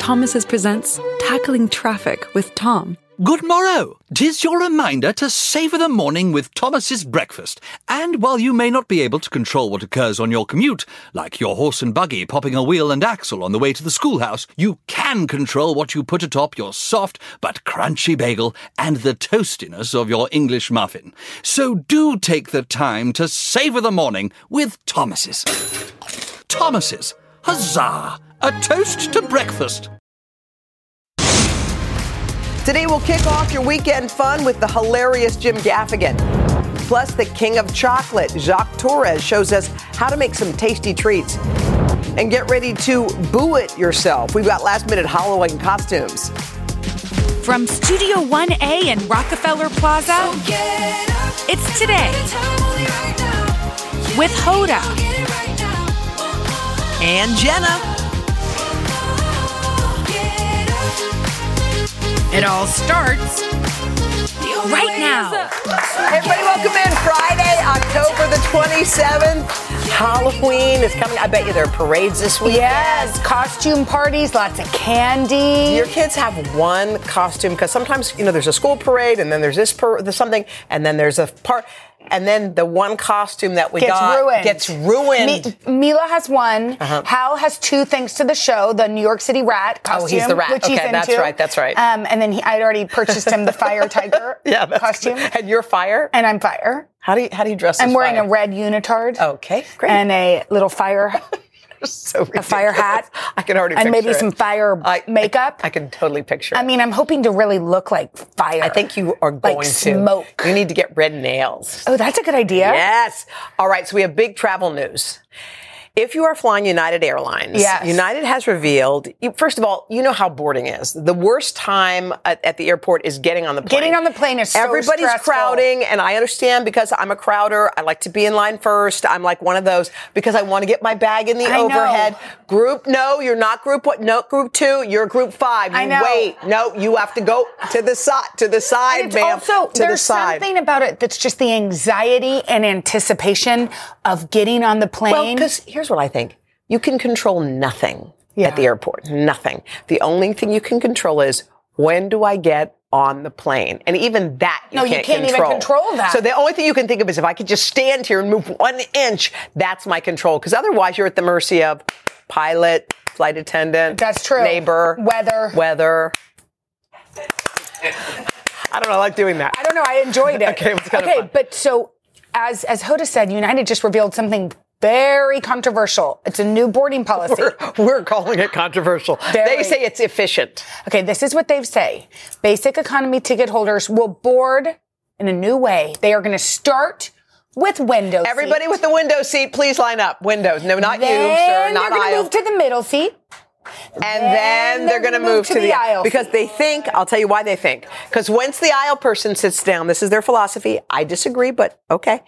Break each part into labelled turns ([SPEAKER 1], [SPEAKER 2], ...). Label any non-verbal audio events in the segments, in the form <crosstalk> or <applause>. [SPEAKER 1] Thomas's presents Tackling Traffic with Tom.
[SPEAKER 2] Good morrow! Tis your reminder to savour the morning with Thomas's breakfast. And while you may not be able to control what occurs on your commute, like your horse and buggy popping a wheel and axle on the way to the schoolhouse, you can control what you put atop your soft but crunchy bagel and the toastiness of your English muffin. So do take the time to savour the morning with Thomas's. Thomas's! Huzzah! A toast to breakfast!
[SPEAKER 3] Today we'll kick off your weekend fun with the hilarious Jim Gaffigan. Plus, the king of chocolate, Jacques Torres, shows us how to make some tasty treats. And get ready to boo it yourself. We've got last minute Halloween costumes.
[SPEAKER 4] From Studio 1A in Rockefeller Plaza, it's today with Hoda
[SPEAKER 3] And Jenna.
[SPEAKER 4] It all starts right now.
[SPEAKER 3] Everybody, welcome in. Friday, October the 27th. Halloween is coming. I bet you there are parades this week.
[SPEAKER 5] Yes, costume parties, lots of candy.
[SPEAKER 3] Your kids have one costume because sometimes you know there's a school parade and then there's this par- there's something and then there's a part and then the one costume that we
[SPEAKER 5] Gets
[SPEAKER 3] got
[SPEAKER 5] ruined.
[SPEAKER 3] gets ruined. Uh-huh.
[SPEAKER 5] Mi- Mila has one. Hal has two, thanks to the show, the New York City Rat
[SPEAKER 3] Oh,
[SPEAKER 5] costume.
[SPEAKER 3] he's the rat.
[SPEAKER 5] Which he's
[SPEAKER 3] Okay, that's
[SPEAKER 5] into.
[SPEAKER 3] right, that's right.
[SPEAKER 5] Um, and then he, I'd already purchased him
[SPEAKER 3] <laughs>
[SPEAKER 5] the Fire Tiger
[SPEAKER 3] yeah, that's
[SPEAKER 5] costume.
[SPEAKER 3] And your fire.
[SPEAKER 5] And I'm fire.
[SPEAKER 3] How do you how do you dress?
[SPEAKER 5] I'm
[SPEAKER 3] as
[SPEAKER 5] wearing
[SPEAKER 3] fire?
[SPEAKER 5] a red unitard.
[SPEAKER 3] Okay, great.
[SPEAKER 5] And a
[SPEAKER 3] <laughs>
[SPEAKER 5] little fire,
[SPEAKER 3] so
[SPEAKER 5] a fire hat.
[SPEAKER 3] <laughs> I can already
[SPEAKER 5] And maybe
[SPEAKER 3] picture it.
[SPEAKER 5] some fire
[SPEAKER 3] I- I-
[SPEAKER 5] makeup.
[SPEAKER 3] I, can totally picture.
[SPEAKER 5] I
[SPEAKER 3] it.
[SPEAKER 5] mean, I'm hoping to really look like fire.
[SPEAKER 3] I think you are going
[SPEAKER 5] like
[SPEAKER 3] to
[SPEAKER 5] smoke.
[SPEAKER 3] You need to get red nails.
[SPEAKER 5] Oh, that's a good idea.
[SPEAKER 3] Yes. All right. So we have big travel news. If you are flying United Airlines,
[SPEAKER 5] Yes.
[SPEAKER 3] United has revealed, you- first of all, you know how boarding is. The worst time at, at the airport is getting on the plane.
[SPEAKER 5] Getting on the plane is so
[SPEAKER 3] Everybody's
[SPEAKER 5] stressful.
[SPEAKER 3] crowding, and I understand because I'm a crowder. I like to be in line first. I'm like one of those because I want to get my bag in the
[SPEAKER 5] I know.
[SPEAKER 3] overhead. Group, no, you're not group one, no, group two, you're group five. You
[SPEAKER 5] I know.
[SPEAKER 3] wait. No, you have to go to the side, to the side,
[SPEAKER 5] And it's
[SPEAKER 3] ma'am.
[SPEAKER 5] also
[SPEAKER 3] to the
[SPEAKER 5] there's
[SPEAKER 3] side.
[SPEAKER 5] something about it that's just the anxiety and anticipation of getting on the plane.
[SPEAKER 3] Well, because here's what I think: you can control nothing
[SPEAKER 5] Yeah.
[SPEAKER 3] at the airport. Nothing. The only thing you can control is when do I get on the plane, and even that you
[SPEAKER 5] No, you
[SPEAKER 3] can't
[SPEAKER 5] can't even control that.
[SPEAKER 3] So the only thing you can think of is if I could just stand here and move one inch, that's my control. Because otherwise, you're at the mercy of pilot, flight attendant,
[SPEAKER 5] That's true.
[SPEAKER 3] neighbor,
[SPEAKER 5] Weather.
[SPEAKER 3] weather. I don't know. I like doing that.
[SPEAKER 5] I don't know. I enjoyed
[SPEAKER 3] <laughs>
[SPEAKER 5] it.
[SPEAKER 3] Okay, it was kinda
[SPEAKER 5] okay,
[SPEAKER 3] fun.
[SPEAKER 5] but so as as Hoda said, United just revealed something very controversial. It's a new boarding policy.
[SPEAKER 3] <laughs> We're calling it controversial. They
[SPEAKER 5] Very.
[SPEAKER 3] say it's efficient.
[SPEAKER 5] Okay, this is what they say. Basic economy ticket holders will board in a new way. They are going to start with window seat.
[SPEAKER 3] Everybody with the window seat, please line up. Windows. No, not you,
[SPEAKER 5] Then
[SPEAKER 3] sir. Not
[SPEAKER 5] you're going to
[SPEAKER 3] aisle.
[SPEAKER 5] move to the middle seat.
[SPEAKER 3] and then they're going to move to the aisle. Because they think, I'll tell you why they think. Because once the aisle person sits down, this is their philosophy. I disagree, but okay.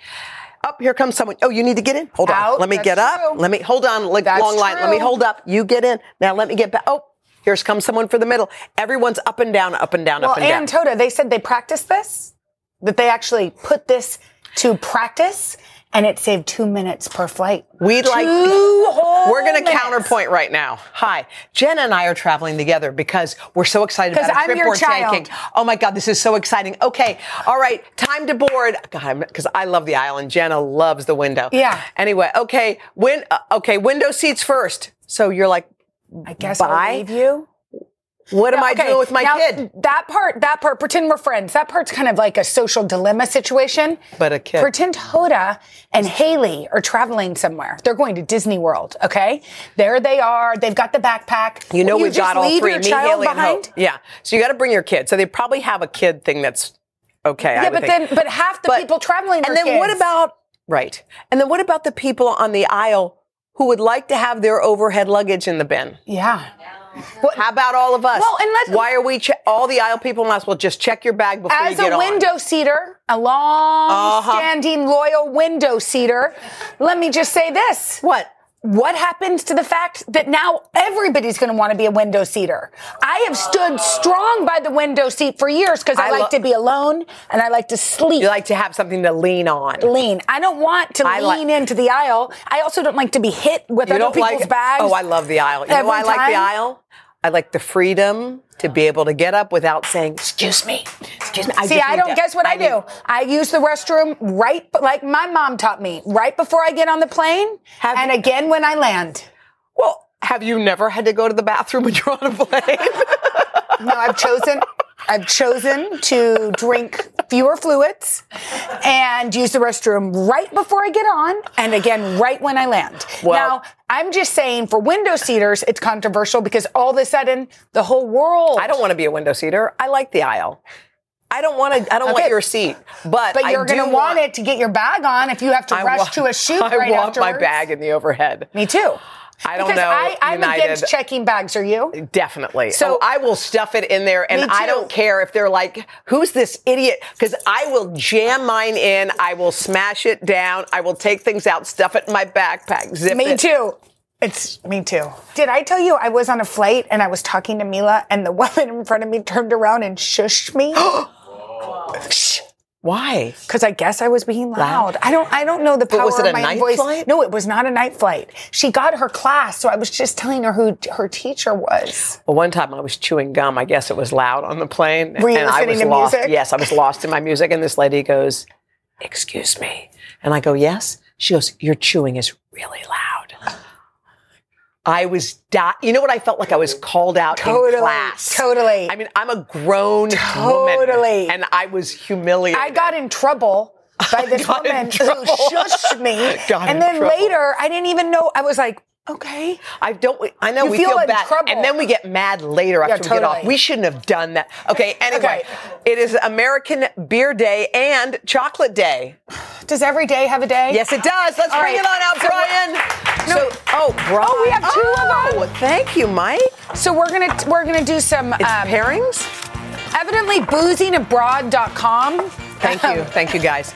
[SPEAKER 3] Up, here comes someone. Oh, you need to get in. Hold on.
[SPEAKER 5] Out.
[SPEAKER 3] Let me
[SPEAKER 5] That's
[SPEAKER 3] get up.
[SPEAKER 5] true.
[SPEAKER 3] Let me hold on. Like
[SPEAKER 5] That's
[SPEAKER 3] long line. Let me
[SPEAKER 5] true.
[SPEAKER 3] hold up. You get in. Now let me get back. Oh, here's comes someone for the middle. Everyone's up and down, up and down,
[SPEAKER 5] Well,
[SPEAKER 3] up and down.
[SPEAKER 5] and Toda, they said they practiced this, that they actually put this to practice, and it saved two minutes per flight.
[SPEAKER 3] We'd
[SPEAKER 5] two
[SPEAKER 3] like
[SPEAKER 5] whole
[SPEAKER 3] We're going to
[SPEAKER 5] minutes.
[SPEAKER 3] counterpoint right now. Hi, Jenna and I are traveling together because we're so excited
[SPEAKER 5] 'Cause
[SPEAKER 3] about a
[SPEAKER 5] I'm
[SPEAKER 3] trip
[SPEAKER 5] your
[SPEAKER 3] we're
[SPEAKER 5] child.
[SPEAKER 3] taking. Oh my God, this is so exciting. Okay, all right, time to board. God, because I love the aisle and Jenna loves the window.
[SPEAKER 5] Yeah.
[SPEAKER 3] Anyway, okay, win. uh, okay, window seats first. So you're like,
[SPEAKER 5] I guess
[SPEAKER 3] Bye.
[SPEAKER 5] I'll leave you.
[SPEAKER 3] what am I
[SPEAKER 5] Okay,
[SPEAKER 3] doing with my
[SPEAKER 5] now,
[SPEAKER 3] kid?
[SPEAKER 5] That part, that part, pretend we're friends. That part's kind of like a social dilemma situation.
[SPEAKER 3] But a kid.
[SPEAKER 5] Pretend Hoda and Haley are traveling somewhere. They're going to Disney World, okay? There they are. They've got the backpack.
[SPEAKER 3] You know
[SPEAKER 5] Will
[SPEAKER 3] we've
[SPEAKER 5] just
[SPEAKER 3] got all
[SPEAKER 5] leave
[SPEAKER 3] three.
[SPEAKER 5] Your
[SPEAKER 3] Me,
[SPEAKER 5] child
[SPEAKER 3] Haley, and
[SPEAKER 5] behind?
[SPEAKER 3] Hope. Yeah. So you got to bring your kid. So they probably have a kid thing that's okay. I
[SPEAKER 5] Yeah,
[SPEAKER 3] would
[SPEAKER 5] but
[SPEAKER 3] think.
[SPEAKER 5] then, but half the
[SPEAKER 3] But-
[SPEAKER 5] people traveling are
[SPEAKER 3] And then what
[SPEAKER 5] kids.
[SPEAKER 3] about right? And then what about the people on the aisle who would like to have their overhead luggage in the bin?
[SPEAKER 5] Yeah.
[SPEAKER 3] How about all of us?
[SPEAKER 5] Well, and let's-
[SPEAKER 3] why are we che- all the aisle people must well just check your bag before you
[SPEAKER 5] As
[SPEAKER 3] get
[SPEAKER 5] a window seater, a long-standing
[SPEAKER 3] Uh-huh.
[SPEAKER 5] loyal window seater, let me just say this:
[SPEAKER 3] on. What?
[SPEAKER 5] What happens to the fact that now everybody's going to want to be a window seater? I have stood strong by the window seat for years because I,
[SPEAKER 3] I
[SPEAKER 5] like
[SPEAKER 3] lo-
[SPEAKER 5] to be alone and I like to sleep.
[SPEAKER 3] You like to have something to lean on.
[SPEAKER 5] lean. I don't want to
[SPEAKER 3] I like-
[SPEAKER 5] lean into the aisle. I also don't like to be hit with
[SPEAKER 3] You
[SPEAKER 5] other
[SPEAKER 3] don't
[SPEAKER 5] people's
[SPEAKER 3] like
[SPEAKER 5] bags.
[SPEAKER 3] Oh, I love the aisle. You know
[SPEAKER 5] Every
[SPEAKER 3] why I like the
[SPEAKER 5] time?
[SPEAKER 3] aisle? I like the freedom to be able to get up without saying, excuse me, excuse me.
[SPEAKER 5] See,
[SPEAKER 3] just
[SPEAKER 5] I
[SPEAKER 3] need
[SPEAKER 5] don't.
[SPEAKER 3] to-
[SPEAKER 5] Guess what I, do?
[SPEAKER 3] need-
[SPEAKER 5] I use the restroom right, like my mom taught me, right before I get on the plane,
[SPEAKER 3] Have
[SPEAKER 5] and
[SPEAKER 3] you-
[SPEAKER 5] again when I land.
[SPEAKER 3] Well, have you never had to go to the bathroom when you're on a
[SPEAKER 5] <laughs>
[SPEAKER 3] plane?
[SPEAKER 5] No, I've chosen. I've chosen to drink fewer fluids and use the restroom right before I get on, and again right when I land.
[SPEAKER 3] Well-
[SPEAKER 5] now, I'm just saying for window seaters, it's controversial because all of a sudden the whole world.
[SPEAKER 3] I don't want to be a window seater. I like the aisle. I don't want to. I don't want
[SPEAKER 5] Okay.
[SPEAKER 3] your seat, but
[SPEAKER 5] But
[SPEAKER 3] I
[SPEAKER 5] you're going to
[SPEAKER 3] do
[SPEAKER 5] want, it to get your bag on if you have to
[SPEAKER 3] I
[SPEAKER 5] rush
[SPEAKER 3] want-
[SPEAKER 5] to a <laughs>
[SPEAKER 3] <laughs>
[SPEAKER 5] shoot
[SPEAKER 3] I
[SPEAKER 5] right
[SPEAKER 3] want my
[SPEAKER 5] afterwards.
[SPEAKER 3] bag in the overhead.
[SPEAKER 5] Me too.
[SPEAKER 3] I don't
[SPEAKER 5] because
[SPEAKER 3] know,
[SPEAKER 5] I, I'm
[SPEAKER 3] United.
[SPEAKER 5] against checking bags. Are you?
[SPEAKER 3] Definitely. So
[SPEAKER 5] So-
[SPEAKER 3] I will stuff it in there, and
[SPEAKER 5] Me
[SPEAKER 3] I
[SPEAKER 5] too.
[SPEAKER 3] don't care if they're like, "Who's this idiot?" Because I will jam mine in. I will smash it down. I will take things out, stuff it in my backpack, zip
[SPEAKER 5] Me
[SPEAKER 3] it.
[SPEAKER 5] too. It's me too. Did I tell you I was on a flight and I was talking to Mila and the <laughs> woman in front of me turned around and shushed me?
[SPEAKER 3] <gasps> Why?
[SPEAKER 5] Because I guess I was being loud. I don't. I don't know the power
[SPEAKER 3] was it
[SPEAKER 5] of
[SPEAKER 3] a
[SPEAKER 5] my
[SPEAKER 3] night
[SPEAKER 5] voice.
[SPEAKER 3] flight?
[SPEAKER 5] No, it was not a night flight. She got her class, so I was just telling her who her teacher was.
[SPEAKER 3] Well, one time I was chewing gum. I guess it was loud on the plane.
[SPEAKER 5] Were you
[SPEAKER 3] and I
[SPEAKER 5] listening
[SPEAKER 3] was
[SPEAKER 5] to
[SPEAKER 3] lost.
[SPEAKER 5] music?
[SPEAKER 3] Yes, I was lost in my music. And this lady goes, Excuse me. And I go, Yes. She goes, Your chewing is really loud. I was, di- you know what I felt like? I was called out
[SPEAKER 5] Totally,
[SPEAKER 3] in class.
[SPEAKER 5] totally.
[SPEAKER 3] I mean, I'm a grown woman.
[SPEAKER 5] Totally.
[SPEAKER 3] And I was humiliated.
[SPEAKER 5] I got in trouble by this
[SPEAKER 3] Got in
[SPEAKER 5] woman who
[SPEAKER 3] trouble.
[SPEAKER 5] shushed me,
[SPEAKER 3] <laughs> Got in
[SPEAKER 5] and then
[SPEAKER 3] trouble.
[SPEAKER 5] later I didn't even know. I was like, okay.
[SPEAKER 3] I don't. I know
[SPEAKER 5] You
[SPEAKER 3] we
[SPEAKER 5] feel in
[SPEAKER 3] bad,
[SPEAKER 5] trouble.
[SPEAKER 3] and then we get mad later after
[SPEAKER 5] Yeah,
[SPEAKER 3] we get off.
[SPEAKER 5] totally.
[SPEAKER 3] We shouldn't have done that.
[SPEAKER 5] <laughs>
[SPEAKER 3] Okay. Anyway, it is American Beer Day and Chocolate Day.
[SPEAKER 5] Does every day have a day?
[SPEAKER 3] Yes, it does. Let's
[SPEAKER 5] All
[SPEAKER 3] bring
[SPEAKER 5] right.
[SPEAKER 3] it on out,
[SPEAKER 5] So-
[SPEAKER 3] Brian.
[SPEAKER 5] No.
[SPEAKER 3] So, oh, Brian.
[SPEAKER 5] Oh, we have two of them.
[SPEAKER 3] Oh, Thank you, Mike.
[SPEAKER 5] So we're gonna we're gonna do some
[SPEAKER 3] It's
[SPEAKER 5] um,
[SPEAKER 3] pairings.
[SPEAKER 5] evidently boozingabroad.com.
[SPEAKER 3] Thank
[SPEAKER 5] <laughs>
[SPEAKER 3] you, thank you, guys.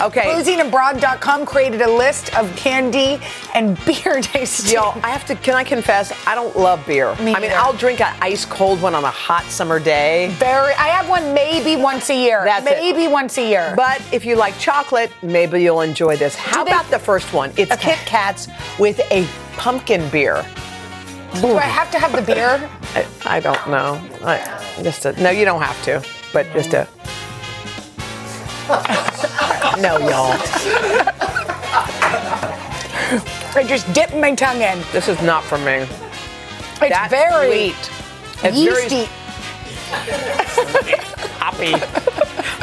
[SPEAKER 3] Okay,
[SPEAKER 5] Boozingabroad.com created a list of candy and <laughs> beer tasting.
[SPEAKER 3] y'all. I have to. Can I confess? I don't love beer.
[SPEAKER 5] Me
[SPEAKER 3] I mean,
[SPEAKER 5] neither.
[SPEAKER 3] I'll drink an ice cold one on a hot summer day.
[SPEAKER 5] Very. I have one maybe once a year.
[SPEAKER 3] That's it.
[SPEAKER 5] maybe once a year.
[SPEAKER 3] But if you like chocolate, maybe you'll enjoy this. How
[SPEAKER 5] Do they-
[SPEAKER 3] about the first one? It's
[SPEAKER 5] Okay.
[SPEAKER 3] Kit Kats with a pumpkin beer.
[SPEAKER 5] do I have to have
[SPEAKER 3] <laughs>
[SPEAKER 5] the beer?
[SPEAKER 3] I, I don't know. I, just a, no, you don't have to, but just
[SPEAKER 5] <laughs>
[SPEAKER 3] a. no, y'all.
[SPEAKER 5] I just dip my tongue in. It's
[SPEAKER 3] This is not for me. That's
[SPEAKER 5] very
[SPEAKER 3] sweet. It's
[SPEAKER 5] yeasty.
[SPEAKER 3] very hoppy. <laughs>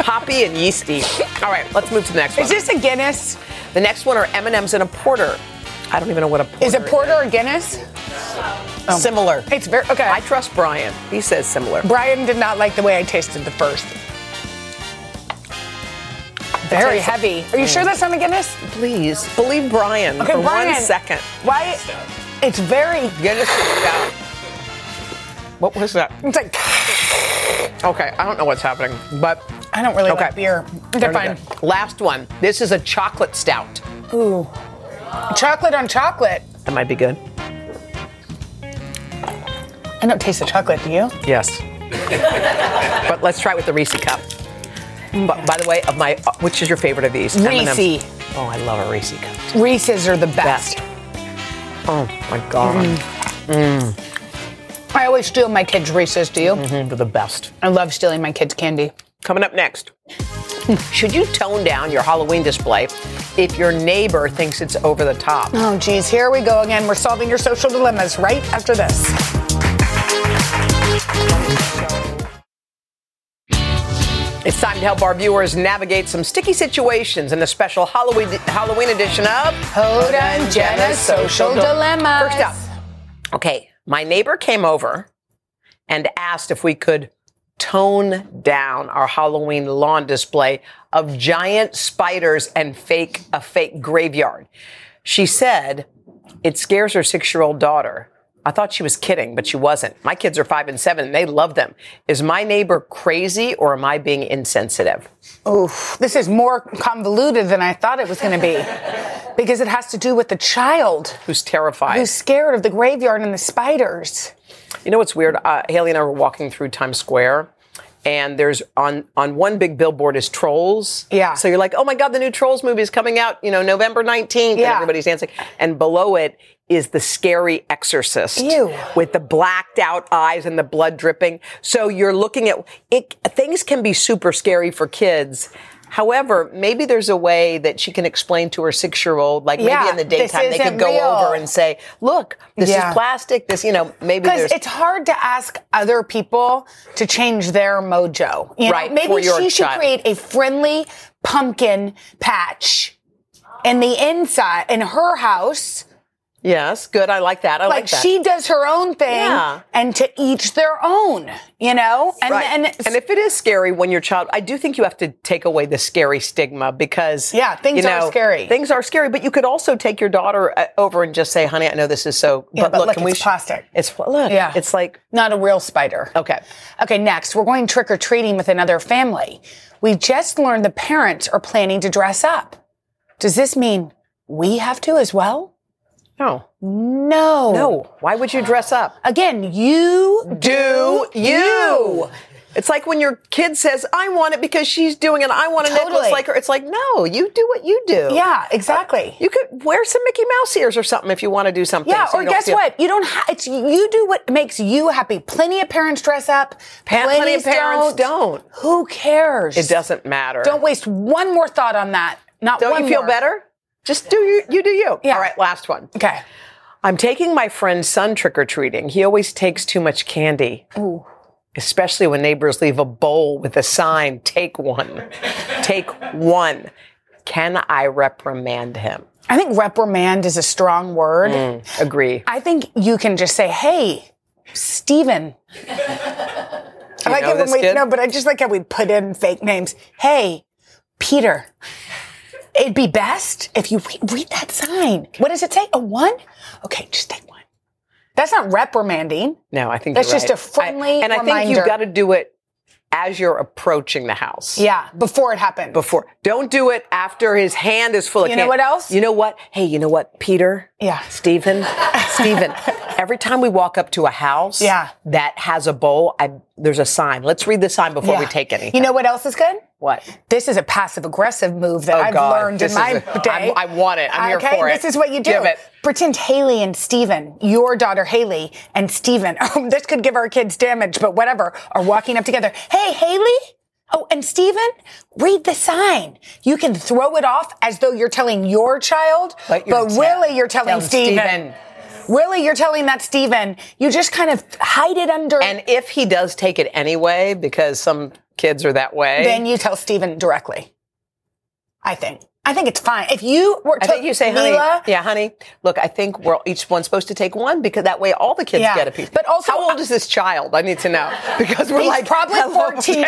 [SPEAKER 3] hoppy and yeasty. All right, let's move to the next one.
[SPEAKER 5] Is this a Guinness?
[SPEAKER 3] the next one are M&Ms and a porter. I don't even know what a porter
[SPEAKER 5] Is it porter or Guinness?
[SPEAKER 3] Similar.
[SPEAKER 5] It's very okay.
[SPEAKER 3] I trust Brian. He says similar.
[SPEAKER 5] Brian did not like the way I tasted the first. Very
[SPEAKER 3] tastes-
[SPEAKER 5] heavy. Are you
[SPEAKER 3] Mm.
[SPEAKER 5] sure that's not a Guinness?
[SPEAKER 3] Please believe Brian
[SPEAKER 5] Okay,
[SPEAKER 3] for
[SPEAKER 5] Brian.
[SPEAKER 3] one second.
[SPEAKER 5] Why? It's very.
[SPEAKER 3] Goodness, yeah. What was that?
[SPEAKER 5] It's like
[SPEAKER 3] Okay, I don't know what's happening, but
[SPEAKER 5] I don't really
[SPEAKER 3] Okay.
[SPEAKER 5] like beer. They're fine.
[SPEAKER 3] Last one. This is a chocolate stout.
[SPEAKER 5] Ooh, chocolate on chocolate.
[SPEAKER 3] That might be good.
[SPEAKER 5] I don't taste the chocolate. Do you? <laughs>
[SPEAKER 3] Yes. but let's try it with the Reese cup. But by the way, of my, which is your favorite of these? M&M's.
[SPEAKER 5] Reese.
[SPEAKER 3] Oh, I love a Reese cup.
[SPEAKER 5] Reese's are the best. Mm-hmm.
[SPEAKER 3] Best. Oh my God,
[SPEAKER 5] I always steal my kids' Reese's. Do you?
[SPEAKER 3] they're the best.
[SPEAKER 5] I love stealing my kids' candy.
[SPEAKER 3] Coming up next, should you tone down your Halloween display if your neighbor thinks it's over the top?
[SPEAKER 5] Oh, geez, here we go again. We're solving your social dilemmas right after this.
[SPEAKER 3] It's time to help our viewers navigate some sticky situations in a special Halloween Halloween edition of
[SPEAKER 5] Hoda and Jenna's Social Dilemmas.
[SPEAKER 3] First up, okay, my neighbor came over and asked if we could tone down our Halloween lawn display of giant spiders and fake a fake graveyard. She said it scares her six-year-old daughter. I thought she was kidding, but she wasn't. My kids are five and seven, and they love them. Is my neighbor crazy, or am I being insensitive?
[SPEAKER 5] Oof, this is more convoluted than I thought it was going to be because it has to do with the child
[SPEAKER 3] Who's terrified?
[SPEAKER 5] who's scared of the graveyard and the spiders.
[SPEAKER 3] You know what's weird? Uh, Haley and I were walking through Times Square, and there's on on one big billboard is Trolls.
[SPEAKER 5] Yeah.
[SPEAKER 3] So you're like, oh my God, the new Trolls movie is coming out, you know, November 19th, and
[SPEAKER 5] Yeah.
[SPEAKER 3] everybody's dancing. And below it is the scary exorcist
[SPEAKER 5] Ew.
[SPEAKER 3] with the blacked out eyes and the blood dripping. So you're looking at it things can be super scary for kids. However, maybe there's a way that she can explain to her six year old, like
[SPEAKER 5] Yeah,
[SPEAKER 3] maybe in the
[SPEAKER 5] this
[SPEAKER 3] daytime they
[SPEAKER 5] isn't
[SPEAKER 3] could go
[SPEAKER 5] real.
[SPEAKER 3] over and say, look, this
[SPEAKER 5] Yeah.
[SPEAKER 3] is plastic, this you know, maybe
[SPEAKER 5] Because
[SPEAKER 3] there's
[SPEAKER 5] it's hard to ask other people to change their mojo. You know?
[SPEAKER 3] Right,
[SPEAKER 5] Maybe
[SPEAKER 3] for your
[SPEAKER 5] she should
[SPEAKER 3] child.
[SPEAKER 5] create a friendly pumpkin patch in the inside in her house.
[SPEAKER 3] Yes, good. I like that. I like,
[SPEAKER 5] Like,
[SPEAKER 3] that.
[SPEAKER 5] she does her own thing
[SPEAKER 3] Yeah.
[SPEAKER 5] and to each their own, you know? And
[SPEAKER 3] Right.
[SPEAKER 5] and,
[SPEAKER 3] and if it is scary when your child, I do think you have to take away the scary stigma because
[SPEAKER 5] Yeah, things
[SPEAKER 3] you
[SPEAKER 5] are
[SPEAKER 3] know,
[SPEAKER 5] scary.
[SPEAKER 3] Things are scary, but you could also take your daughter uh, over and just say, "Honey, I know this is so,
[SPEAKER 5] Yeah, but look,
[SPEAKER 3] can we
[SPEAKER 5] it's
[SPEAKER 3] sh-
[SPEAKER 5] plastic."
[SPEAKER 3] It's look,
[SPEAKER 5] Yeah.
[SPEAKER 3] it's like
[SPEAKER 5] not a real spider.
[SPEAKER 3] okay,
[SPEAKER 5] Okay, next, we're going trick or treating with another family. We just learned the parents are planning to dress up. Does this mean we have to as well?
[SPEAKER 3] no,
[SPEAKER 5] No.
[SPEAKER 3] no. Why would you dress up?
[SPEAKER 5] Again, you
[SPEAKER 3] Do you? It's like when your kid says, "I want it because she's doing it. I want a necklace
[SPEAKER 5] Totally.
[SPEAKER 3] like her." It's like, no, you do what you do.
[SPEAKER 5] Yeah, exactly.
[SPEAKER 3] You could wear some Mickey Mouse ears or something if you want to do something.
[SPEAKER 5] yeah,
[SPEAKER 3] so
[SPEAKER 5] or
[SPEAKER 3] you don't
[SPEAKER 5] guess
[SPEAKER 3] feel-
[SPEAKER 5] what? You don't have it's you do what makes you happy. Plenty of parents dress up.
[SPEAKER 3] Pa- plenty of
[SPEAKER 5] plenty
[SPEAKER 3] parents don't.
[SPEAKER 5] Who cares?
[SPEAKER 3] It doesn't matter.
[SPEAKER 5] Don't waste one more thought on that. Not
[SPEAKER 3] Don't
[SPEAKER 5] one
[SPEAKER 3] you feel
[SPEAKER 5] more.
[SPEAKER 3] better? Just do you, you do you.
[SPEAKER 5] Yeah.
[SPEAKER 3] All right, last one.
[SPEAKER 5] Okay.
[SPEAKER 3] I'm taking my friend's son trick or treating. He always takes too much candy. Especially when neighbors leave a bowl with a sign, take one. take one. Can I reprimand him?
[SPEAKER 5] I think reprimand is a strong word.
[SPEAKER 3] Agree.
[SPEAKER 5] I think you can just say, "Hey,
[SPEAKER 3] <laughs>
[SPEAKER 5] Steven. I like
[SPEAKER 3] know
[SPEAKER 5] it when
[SPEAKER 3] this
[SPEAKER 5] we
[SPEAKER 3] kid?
[SPEAKER 5] no, but I just like how we put in fake names. Hey, Peter. It'd be best if you re- read that sign. What does it say? A one? Okay, just take one. That's not reprimanding.
[SPEAKER 3] No, I think
[SPEAKER 5] That's
[SPEAKER 3] you're
[SPEAKER 5] just
[SPEAKER 3] right.
[SPEAKER 5] a friendly
[SPEAKER 3] I, and I think
[SPEAKER 5] reminder.
[SPEAKER 3] you've got to do it as you're approaching the house.
[SPEAKER 5] Yeah, before it happened.
[SPEAKER 3] Before, don't do it after his hand is full of.
[SPEAKER 5] You know
[SPEAKER 3] candy.
[SPEAKER 5] what else?
[SPEAKER 3] You know what? Hey, you know what, Peter?
[SPEAKER 5] Yeah. <laughs>
[SPEAKER 3] Stephen, Stephen. Every time we walk up to a house,
[SPEAKER 5] Yeah.
[SPEAKER 3] that has a bowl, I, there's a sign. Let's read the sign before
[SPEAKER 5] Yeah.
[SPEAKER 3] we take anything.
[SPEAKER 5] You know what else is good?
[SPEAKER 3] what?
[SPEAKER 5] This is a passive aggressive move that
[SPEAKER 3] Oh,
[SPEAKER 5] I've
[SPEAKER 3] God.
[SPEAKER 5] learned
[SPEAKER 3] This
[SPEAKER 5] in my
[SPEAKER 3] is a-
[SPEAKER 5] day.
[SPEAKER 3] I'm- I want it. I'm here
[SPEAKER 5] okay,
[SPEAKER 3] for it.
[SPEAKER 5] This is what you do.
[SPEAKER 3] Give it.
[SPEAKER 5] Pretend Haley and Steven, your daughter Haley and Steven, <laughs> oh, this could give our kids damage, but whatever, are walking up together. Hey, Haley? Oh, and Steven, read the sign. You can throw it off as though you're telling your child,
[SPEAKER 3] But
[SPEAKER 5] but,
[SPEAKER 3] you're te-
[SPEAKER 5] really you're telling
[SPEAKER 3] telling
[SPEAKER 5] Steven.
[SPEAKER 3] Steven.
[SPEAKER 5] Really you're telling that Steven. You just kind of hide it under.
[SPEAKER 3] And if he does take it anyway, because some kids are that way,
[SPEAKER 5] then you tell Steven directly. I think. I think it's fine. If you were
[SPEAKER 3] I
[SPEAKER 5] to
[SPEAKER 3] think you say, honey,
[SPEAKER 5] Mila,
[SPEAKER 3] yeah, honey, look, I think we're each one's supposed to take one because that way all the kids
[SPEAKER 5] Yeah.
[SPEAKER 3] get a piece.
[SPEAKER 5] But also-
[SPEAKER 3] how old is this child? I need to know <laughs> because we're
[SPEAKER 5] he's
[SPEAKER 3] like <laughs>
[SPEAKER 5] probably
[SPEAKER 3] hello.
[SPEAKER 5] 14.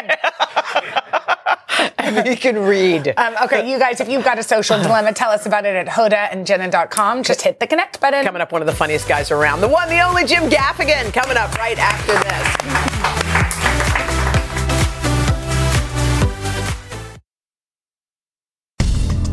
[SPEAKER 3] and he can read.
[SPEAKER 5] Um, okay, you guys, if you've got a social dilemma, tell us about it at hodaandjenna.com. Just hit the connect button.
[SPEAKER 3] Coming up, one of the funniest guys around. The one, the only Jim Gaffigan coming up right after this.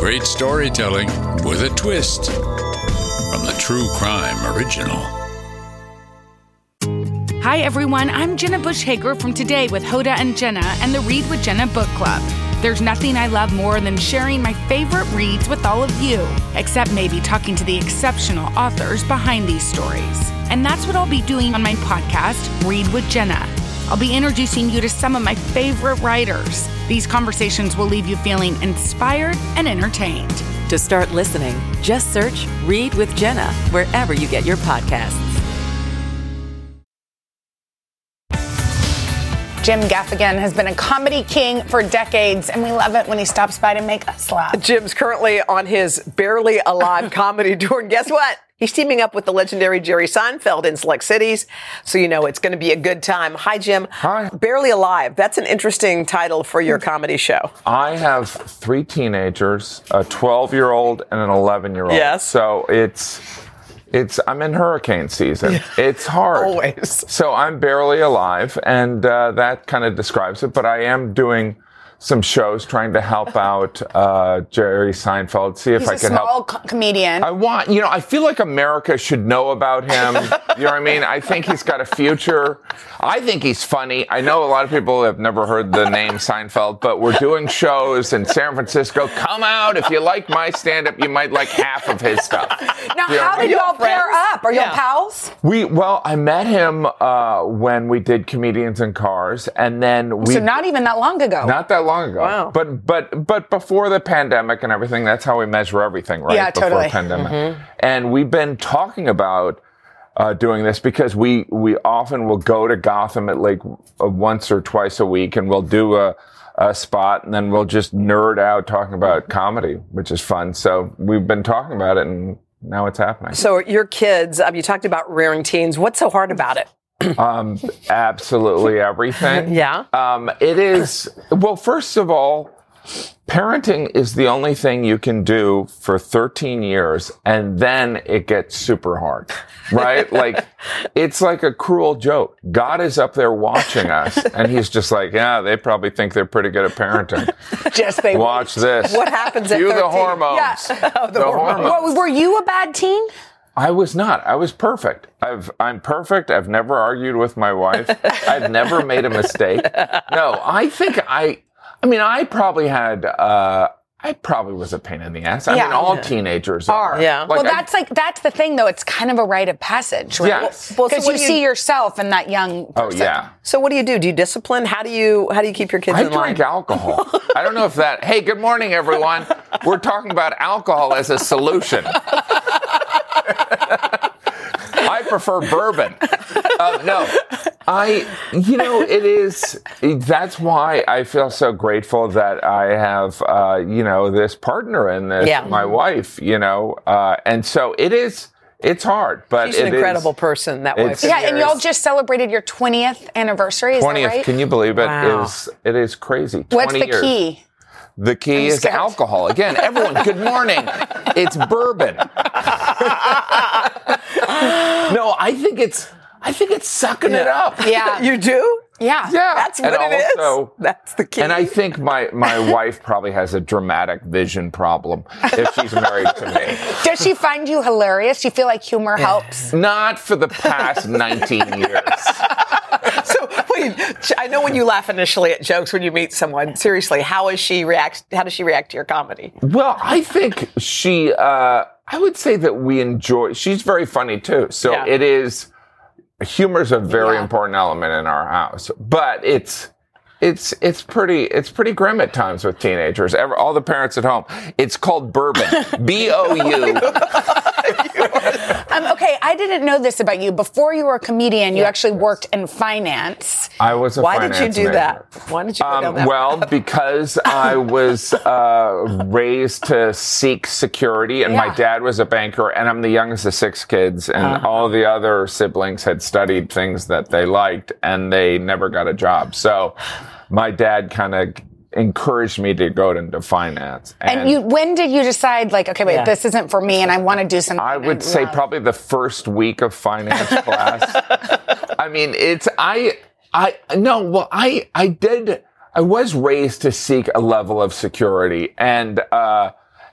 [SPEAKER 6] Great storytelling with a twist from the True Crime Original.
[SPEAKER 4] Hi, everyone. I'm Jenna Bush Hager from Today with Hoda and Jenna and the Read with Jenna book club. There's nothing I love more than sharing my favorite reads with all of you, except maybe talking to the exceptional authors behind these stories. And that's what I'll be doing on my podcast, Read with Jenna. I'll be introducing you to some of my favorite writers. These conversations will leave you feeling inspired and entertained.
[SPEAKER 7] To start listening, just search Read with Jenna wherever you get your podcasts.
[SPEAKER 5] Jim Gaffigan has been a comedy king for decades, and we love it when he stops by to make us
[SPEAKER 3] <laughs>
[SPEAKER 5] laugh.
[SPEAKER 3] Jim's currently on his barely alive comedy tour, and guess what? He's teaming up with the legendary Jerry Seinfeld in select cities, so you know it's going to be a good time. Hi, Jim.
[SPEAKER 8] Hi.
[SPEAKER 3] Barely Alive. That's an interesting title for your comedy show.
[SPEAKER 8] I have three teenagers, a 12 year old and an 11 year old.
[SPEAKER 3] Yes.
[SPEAKER 8] So it's, it's, I'm in hurricane season. It's hard.
[SPEAKER 3] Always.
[SPEAKER 8] So I'm barely alive, and uh, that kind of describes it, but I am doing some shows trying to help out uh, Jerry Seinfeld, see if
[SPEAKER 5] He's
[SPEAKER 8] I
[SPEAKER 5] a
[SPEAKER 8] can help.
[SPEAKER 5] small co- comedian.
[SPEAKER 8] I want, you know, I feel like America should know about him. you know what I mean? I think he's got a future. I think he's funny. I know a lot of people have never heard the name Seinfeld, but we're doing shows in San Francisco. Come out. If you like my stand up, you might like half of his stuff.
[SPEAKER 5] now,
[SPEAKER 8] Yeah.
[SPEAKER 5] how
[SPEAKER 8] Are
[SPEAKER 5] did
[SPEAKER 8] you
[SPEAKER 5] you all pair
[SPEAKER 3] friends?
[SPEAKER 5] up? Are you
[SPEAKER 3] Yeah.
[SPEAKER 5] all pals?
[SPEAKER 8] We, well, I met him uh, when we did Comedians in Cars, and then we.
[SPEAKER 5] so not even that long ago.
[SPEAKER 8] Not that long ago.
[SPEAKER 3] Wow.
[SPEAKER 8] But but but before the pandemic and everything, that's how we measure everything, right?
[SPEAKER 5] Yeah,
[SPEAKER 8] before
[SPEAKER 5] totally. Mm-hmm.
[SPEAKER 8] pandemic. And we've been talking about uh, doing this because we we often will go to Gotham at like uh, once or twice a week, and we'll do a. A spot, and then we'll just nerd out talking about comedy, which is fun. So we've been talking about it, and now it's happening.
[SPEAKER 3] So your kids, um, you talked about rearing teens. What's so hard about it?
[SPEAKER 8] Um, absolutely
[SPEAKER 3] <laughs>
[SPEAKER 8] everything.
[SPEAKER 3] Yeah.
[SPEAKER 8] Um, it is, well, first of all, parenting is the only thing you can do for 13 years, and then it gets super hard,
[SPEAKER 3] <laughs>
[SPEAKER 8] right? like, it's like a cruel joke. God is up there watching us, and he's just like, yeah, they probably think they're pretty good
[SPEAKER 3] <laughs>
[SPEAKER 8] at parenting.
[SPEAKER 5] Just they.
[SPEAKER 8] Watch this.
[SPEAKER 3] What happens at Oh,
[SPEAKER 8] Cue
[SPEAKER 3] 13?
[SPEAKER 8] the hormones.
[SPEAKER 3] <laughs>
[SPEAKER 5] Yeah.
[SPEAKER 8] the hormones.
[SPEAKER 5] Well, were you a bad teen?
[SPEAKER 8] I was not. I was perfect. I've, I'm perfect. I've never argued with my wife. I've never made a mistake. No, I think I. I mean, I probably had. Uh, I probably was a pain in the ass. I
[SPEAKER 5] Yeah.
[SPEAKER 8] mean, all teenagers are.
[SPEAKER 3] Yeah.
[SPEAKER 8] Like,
[SPEAKER 5] well,
[SPEAKER 8] I-
[SPEAKER 5] that's like that's the thing, though. It's kind of a rite of passage, right?
[SPEAKER 8] Yes.
[SPEAKER 5] Because
[SPEAKER 3] Well, so what
[SPEAKER 5] you
[SPEAKER 3] do you-
[SPEAKER 5] see yourself in that young.
[SPEAKER 8] Oh
[SPEAKER 5] Person.
[SPEAKER 8] yeah.
[SPEAKER 3] So what do you do? Do you discipline? How do you how do you keep your kids
[SPEAKER 8] I
[SPEAKER 3] in line?
[SPEAKER 8] drink alcohol. I don't know if that. Hey, good morning, everyone. We're talking about alcohol as a solution. I prefer bourbon. Uh, no, I. You know, it is. That's why I feel so grateful that I have, uh, you know, this partner in this,
[SPEAKER 3] Yeah.
[SPEAKER 8] my wife. You know, uh, and so it is. It's hard, but
[SPEAKER 3] She's an
[SPEAKER 8] it is-
[SPEAKER 3] incredible person. That wife.
[SPEAKER 8] It's-
[SPEAKER 5] Yeah, and y'all just celebrated your twentieth anniversary. Is that
[SPEAKER 8] 20th,
[SPEAKER 5] right?
[SPEAKER 8] can you believe it?
[SPEAKER 3] Wow.
[SPEAKER 8] Is- it is crazy.
[SPEAKER 5] What's
[SPEAKER 8] 20
[SPEAKER 5] the
[SPEAKER 8] years.
[SPEAKER 5] key?
[SPEAKER 8] The key is
[SPEAKER 5] scared.
[SPEAKER 8] alcohol. Again,
[SPEAKER 3] <laughs>
[SPEAKER 8] everyone, good morning. It's bourbon. no, I think it's I think it's sucking it up.
[SPEAKER 5] Yeah,
[SPEAKER 8] <laughs>
[SPEAKER 3] You do?
[SPEAKER 5] yeah,
[SPEAKER 8] Yeah.
[SPEAKER 3] That's
[SPEAKER 8] And
[SPEAKER 3] what it is.
[SPEAKER 8] also-
[SPEAKER 3] That's the key.
[SPEAKER 8] And I think my my wife probably has a dramatic vision problem if she's married
[SPEAKER 3] <laughs>
[SPEAKER 8] to
[SPEAKER 5] Does she find you hilarious? Do you feel like humor helps?
[SPEAKER 8] me. Not for the past 19 years.
[SPEAKER 3] so wait, Ch- I know when you laugh initially at jokes when you meet someone. Seriously, how is she react? How does she react to your comedy?
[SPEAKER 8] Well, I think she. Uh, I would say that we enjoy. She's very funny too. So
[SPEAKER 3] Yeah.
[SPEAKER 8] it is. Humor's a very important element in our house, but it's. It's it's pretty it's pretty grim at times with teenagers. Ever, all the parents at home. It's called bourbon. B O U.
[SPEAKER 3] <laughs>
[SPEAKER 5] Um, okay, I didn't know this about you. Before you were a comedian, you actually worked in finance.
[SPEAKER 8] I was a
[SPEAKER 3] Why did you
[SPEAKER 8] finance
[SPEAKER 3] do
[SPEAKER 8] major.
[SPEAKER 3] that? Why did you go down
[SPEAKER 8] Um,
[SPEAKER 3] that
[SPEAKER 8] well, because
[SPEAKER 3] <laughs>
[SPEAKER 8] I was uh, raised to seek security, and my
[SPEAKER 5] Yeah.
[SPEAKER 8] dad was a banker, and I'm the youngest of six kids, and
[SPEAKER 3] Uh-huh.
[SPEAKER 8] all the other siblings had studied things that they liked, and they never got a job. So my dad kind of encouraged me to go into finance.
[SPEAKER 5] And you, when did you decide, like, okay, wait,
[SPEAKER 3] Yeah.
[SPEAKER 5] this isn't for me, and I want to do something?
[SPEAKER 8] I would say
[SPEAKER 5] love?
[SPEAKER 8] probably the first week of finance class. I mean, it's I I no, well I I did I was raised to seek a level of security and uh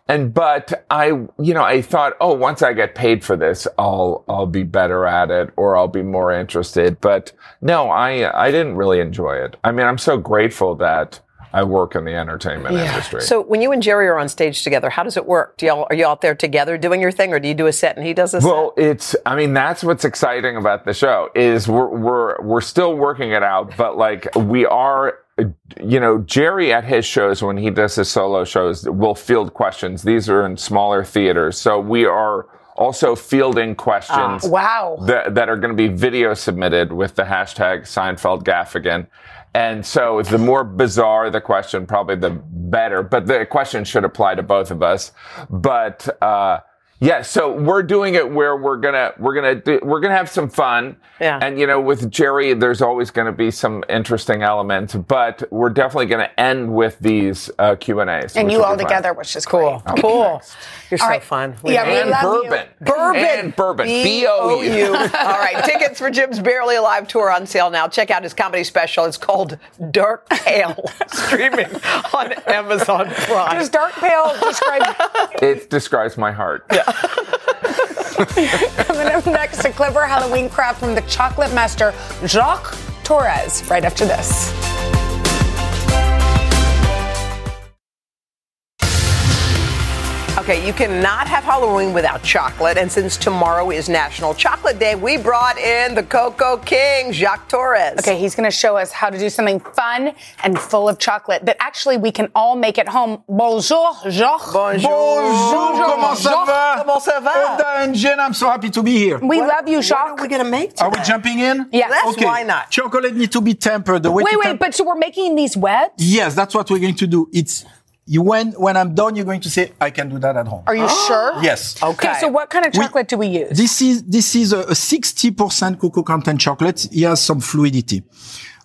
[SPEAKER 8] and but I you know, I thought, oh, once I get paid for this, I'll I'll be better at it or I'll be more interested. But no, I I didn't really enjoy it. I mean, I'm so grateful that I work in the entertainment industry.
[SPEAKER 3] So when you and Jerry are on stage together, how does it work? Do y'all are you out there together doing your thing, or do you do a set and he does a
[SPEAKER 8] Well, it's. I mean, that's what's exciting about the show is we're we're we're still working it out, but like we are. You know, Jerry at his shows when he does his solo shows will field questions. These are in smaller theaters, so we are also fielding
[SPEAKER 3] Ah,
[SPEAKER 8] questions
[SPEAKER 5] Wow.
[SPEAKER 8] that, that are going to be video submitted with the hashtag Seinfeld Gaffigan. And so the more bizarre the question, probably the better. But the question should apply to both of us. But, uh, Yeah, so we're doing it where we're gonna we're gonna do, we're gonna have some fun.
[SPEAKER 9] Yeah.
[SPEAKER 8] And you know, with Jerry, there's always gonna be some interesting elements, but we're definitely gonna end with these uh, Q and A's.
[SPEAKER 5] and you all together, which is cool. Cool.
[SPEAKER 3] You're
[SPEAKER 5] All
[SPEAKER 3] so
[SPEAKER 5] right.
[SPEAKER 3] fun.
[SPEAKER 5] Yeah, we
[SPEAKER 8] and
[SPEAKER 5] love you.
[SPEAKER 8] bourbon.
[SPEAKER 3] Bourbon.
[SPEAKER 8] And bourbon. B O
[SPEAKER 3] B-O-U. <laughs>
[SPEAKER 8] U.
[SPEAKER 3] All right. Tickets for Jim's Barely Alive tour on sale now. Check out his comedy special. It's called Dark Ale, <laughs> streaming on Amazon Prime.
[SPEAKER 5] Does dark pale describe <laughs>
[SPEAKER 8] It describes my heart.
[SPEAKER 5] coming up next a clever Halloween craft from the chocolate master Jacques Torres? Right after this.
[SPEAKER 3] Okay, you cannot have Halloween without chocolate. And since tomorrow is National Chocolate Day, we brought in the Cocoa King, Jacques Torres.
[SPEAKER 5] Okay, he's going to show us how to do something fun and full of chocolate that actually we can all make at home. Bonjour, Jacques.
[SPEAKER 3] Bonjour. Bonjour,
[SPEAKER 10] comment ça va?
[SPEAKER 3] Comment ça va?
[SPEAKER 10] Hilda and Jen, I'm so happy to be here.
[SPEAKER 5] We love you,
[SPEAKER 3] What are
[SPEAKER 5] Jacques.
[SPEAKER 3] we going to make today?
[SPEAKER 10] Are we jumping in?
[SPEAKER 5] Yes. Yes,
[SPEAKER 3] why not?
[SPEAKER 10] Chocolate need to be tempered. The way
[SPEAKER 5] Wait,
[SPEAKER 10] to
[SPEAKER 5] wait,
[SPEAKER 10] temp-
[SPEAKER 5] but so we're making these webs?
[SPEAKER 10] yes, that's what we're going to do. It's you when when I'm done, you're going to say I can do that at home.
[SPEAKER 5] Are <gasps> you sure?
[SPEAKER 10] Yes.
[SPEAKER 5] Okay, so what kind of
[SPEAKER 10] We-
[SPEAKER 5] chocolate do we use?
[SPEAKER 10] This is this is a, a 60% cocoa content chocolate. It has some fluidity.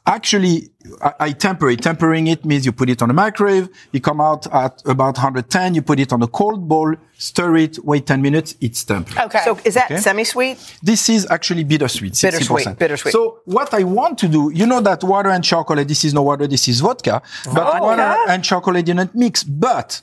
[SPEAKER 10] Actually, I, I temper it. Tempering it means you put it on the microwave. You come out at about 110. You put it on a cold bowl, stir it, wait 10 minutes. It's tempered.
[SPEAKER 5] okay.
[SPEAKER 3] So is that
[SPEAKER 10] Okay.
[SPEAKER 3] semi-sweet?
[SPEAKER 10] This is actually bittersweet. 60%.
[SPEAKER 3] Bittersweet, bittersweet.
[SPEAKER 10] So what I want to do, you know that water and chocolate, this is no water, this is vodka, but water and chocolate didn't mix. But,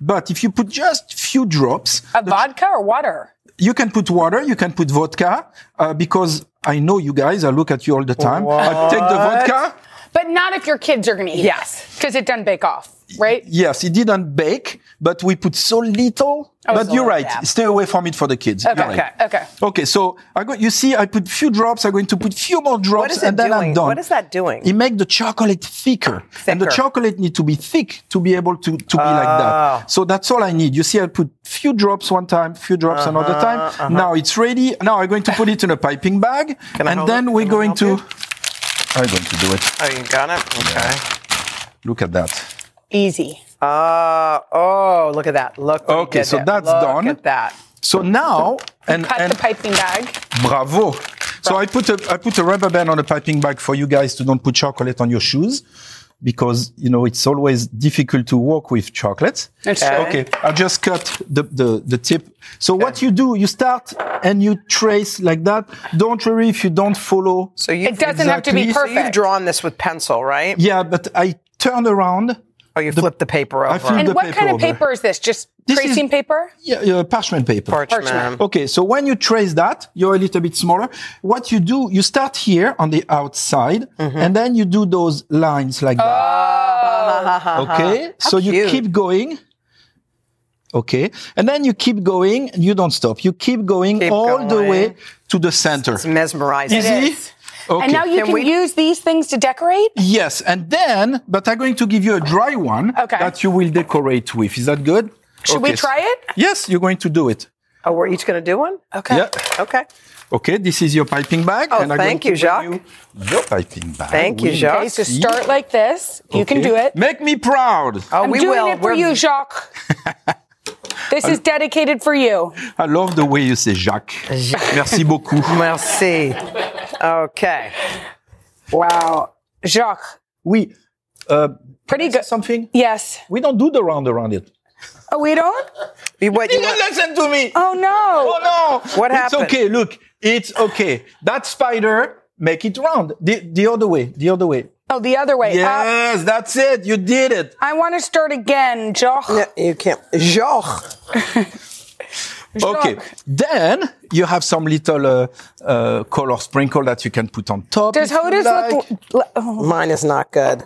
[SPEAKER 10] but if you put just few drops,
[SPEAKER 5] a vodka or water?
[SPEAKER 10] you can put water, you can put vodka, uh, because I know you guys, I look at you all the time. I take the vodka.
[SPEAKER 5] But not if your kids are going to eat.
[SPEAKER 3] Yes.
[SPEAKER 5] Because it doesn't bake off, right?
[SPEAKER 10] Yes, it didn't bake, but we put so little.
[SPEAKER 5] Oh, it's
[SPEAKER 10] but
[SPEAKER 5] a
[SPEAKER 10] you're
[SPEAKER 5] lot,
[SPEAKER 10] right.
[SPEAKER 5] yeah.
[SPEAKER 10] Stay away from it for the kids.
[SPEAKER 5] Okay,
[SPEAKER 10] You're right.
[SPEAKER 5] okay, okay.
[SPEAKER 10] Okay, so I go, you see, I put few drops. I'm going to put few more drops,
[SPEAKER 3] is it
[SPEAKER 10] and then
[SPEAKER 3] doing?
[SPEAKER 10] I'm done.
[SPEAKER 3] What is that doing?
[SPEAKER 10] It make the chocolate thicker, and the
[SPEAKER 3] Thicker.
[SPEAKER 10] chocolate need to be thick to be able to to be like
[SPEAKER 3] Ah.
[SPEAKER 10] that. So that's all I need. You see, I put few drops one time, few drops
[SPEAKER 3] Uh-huh,
[SPEAKER 10] another time. Now it's ready. Now I'm going to put it in a piping bag,
[SPEAKER 3] <laughs> Can I
[SPEAKER 10] and
[SPEAKER 3] hold
[SPEAKER 10] then
[SPEAKER 3] it?
[SPEAKER 10] we're
[SPEAKER 3] Can I
[SPEAKER 10] going
[SPEAKER 3] help
[SPEAKER 10] to.
[SPEAKER 3] you?
[SPEAKER 10] I'm going to do it.
[SPEAKER 3] Oh, you got it? Okay.
[SPEAKER 10] Look at that.
[SPEAKER 5] Easy.
[SPEAKER 3] Uh, oh, look at that. Look. what we
[SPEAKER 10] Okay,
[SPEAKER 3] did
[SPEAKER 10] so
[SPEAKER 3] there.
[SPEAKER 10] that's
[SPEAKER 3] look
[SPEAKER 10] done.
[SPEAKER 3] at that.
[SPEAKER 10] So now, and
[SPEAKER 5] Cut
[SPEAKER 10] and
[SPEAKER 5] the piping bag.
[SPEAKER 10] Bravo. So I put a I put a rubber band on a piping bag for you guys to don't put chocolate on your shoes because you know it's always difficult to work with chocolate.
[SPEAKER 5] That's true.
[SPEAKER 10] Okay. I just cut the, the, the tip. So what you do, you start and you trace like that. Don't worry if you don't follow.
[SPEAKER 3] So you
[SPEAKER 5] It doesn't have to be
[SPEAKER 10] Exactly.
[SPEAKER 3] So you've
[SPEAKER 5] perfect.
[SPEAKER 3] drawn this with pencil, right?
[SPEAKER 10] Yeah, but I turn around.
[SPEAKER 3] Oh, you flipped the paper over.
[SPEAKER 10] I feel
[SPEAKER 5] and
[SPEAKER 10] the
[SPEAKER 5] what
[SPEAKER 10] paper
[SPEAKER 5] kind of
[SPEAKER 10] over.
[SPEAKER 5] paper is this? Just
[SPEAKER 10] This is-
[SPEAKER 5] tracing paper?
[SPEAKER 10] Yeah, yeah, parchment paper.
[SPEAKER 3] Parchment.
[SPEAKER 10] Okay, so when you trace that, you're a little bit smaller. What you do, you start here on the outside,
[SPEAKER 3] Mm-hmm.
[SPEAKER 10] and then you do those lines like that. okay, so you
[SPEAKER 3] Ah, cute.
[SPEAKER 10] keep going. Okay, and then you keep going, and you don't stop. You keep going
[SPEAKER 3] Keep
[SPEAKER 10] all the way
[SPEAKER 3] going.
[SPEAKER 10] to the center.
[SPEAKER 3] It's mesmerizing.
[SPEAKER 10] Easy. Okay.
[SPEAKER 5] And now you
[SPEAKER 3] Can
[SPEAKER 5] can,
[SPEAKER 3] we-
[SPEAKER 5] use these things to decorate?
[SPEAKER 10] yes, and then, but I'm going to give you a dry one
[SPEAKER 5] Okay.
[SPEAKER 10] Mm-hmm. that you will decorate with. Is that good?
[SPEAKER 5] Should we try it?
[SPEAKER 10] Yes, you're going to do it.
[SPEAKER 3] Oh, we're each going to do one? Okay.
[SPEAKER 10] Yeah.
[SPEAKER 3] Okay.
[SPEAKER 10] Okay, this is your piping bag.
[SPEAKER 3] Oh,
[SPEAKER 10] I'm
[SPEAKER 3] thank
[SPEAKER 10] going
[SPEAKER 3] you,
[SPEAKER 10] to bring
[SPEAKER 3] Jacques.
[SPEAKER 10] you your piping bag.
[SPEAKER 3] Thank you,
[SPEAKER 10] Oui.
[SPEAKER 3] Jacques.
[SPEAKER 5] Okay, so start like this. You can
[SPEAKER 10] Okay.
[SPEAKER 5] do it.
[SPEAKER 10] Make me proud.
[SPEAKER 3] Oh,
[SPEAKER 5] I'm
[SPEAKER 3] we
[SPEAKER 5] doing
[SPEAKER 3] will.
[SPEAKER 5] it for
[SPEAKER 3] We're- <laughs>
[SPEAKER 5] you,
[SPEAKER 10] <laughs>
[SPEAKER 5] Jacques. this is dedicated for you.
[SPEAKER 10] I love the way you say Jacques. Merci beaucoup.
[SPEAKER 3] Merci. Okay.
[SPEAKER 5] Wow. Jacques,
[SPEAKER 10] Oui. Uh,
[SPEAKER 5] pretty
[SPEAKER 10] can I
[SPEAKER 5] good.
[SPEAKER 10] say Something?
[SPEAKER 5] Yes.
[SPEAKER 10] We don't do the round around it.
[SPEAKER 5] Oh, we don't?
[SPEAKER 3] You- What, <laughs> you
[SPEAKER 10] You
[SPEAKER 3] want-
[SPEAKER 10] listen to me.
[SPEAKER 5] Oh, no.
[SPEAKER 10] Oh, no.
[SPEAKER 3] What happened?
[SPEAKER 10] It's okay. Look, it's okay. That spider, make it round. The, the other way. The other way.
[SPEAKER 5] Oh, the other way. Uh,
[SPEAKER 10] Yes, that's it. You did it.
[SPEAKER 5] I want to start again, Jacques.
[SPEAKER 3] you can't. Jacques.
[SPEAKER 10] Okay. Then you have some little uh, uh, color sprinkle that you can put on top.
[SPEAKER 5] Does
[SPEAKER 10] if you
[SPEAKER 5] Hoda's
[SPEAKER 10] like.
[SPEAKER 5] look. l- oh,
[SPEAKER 3] Mine is not good.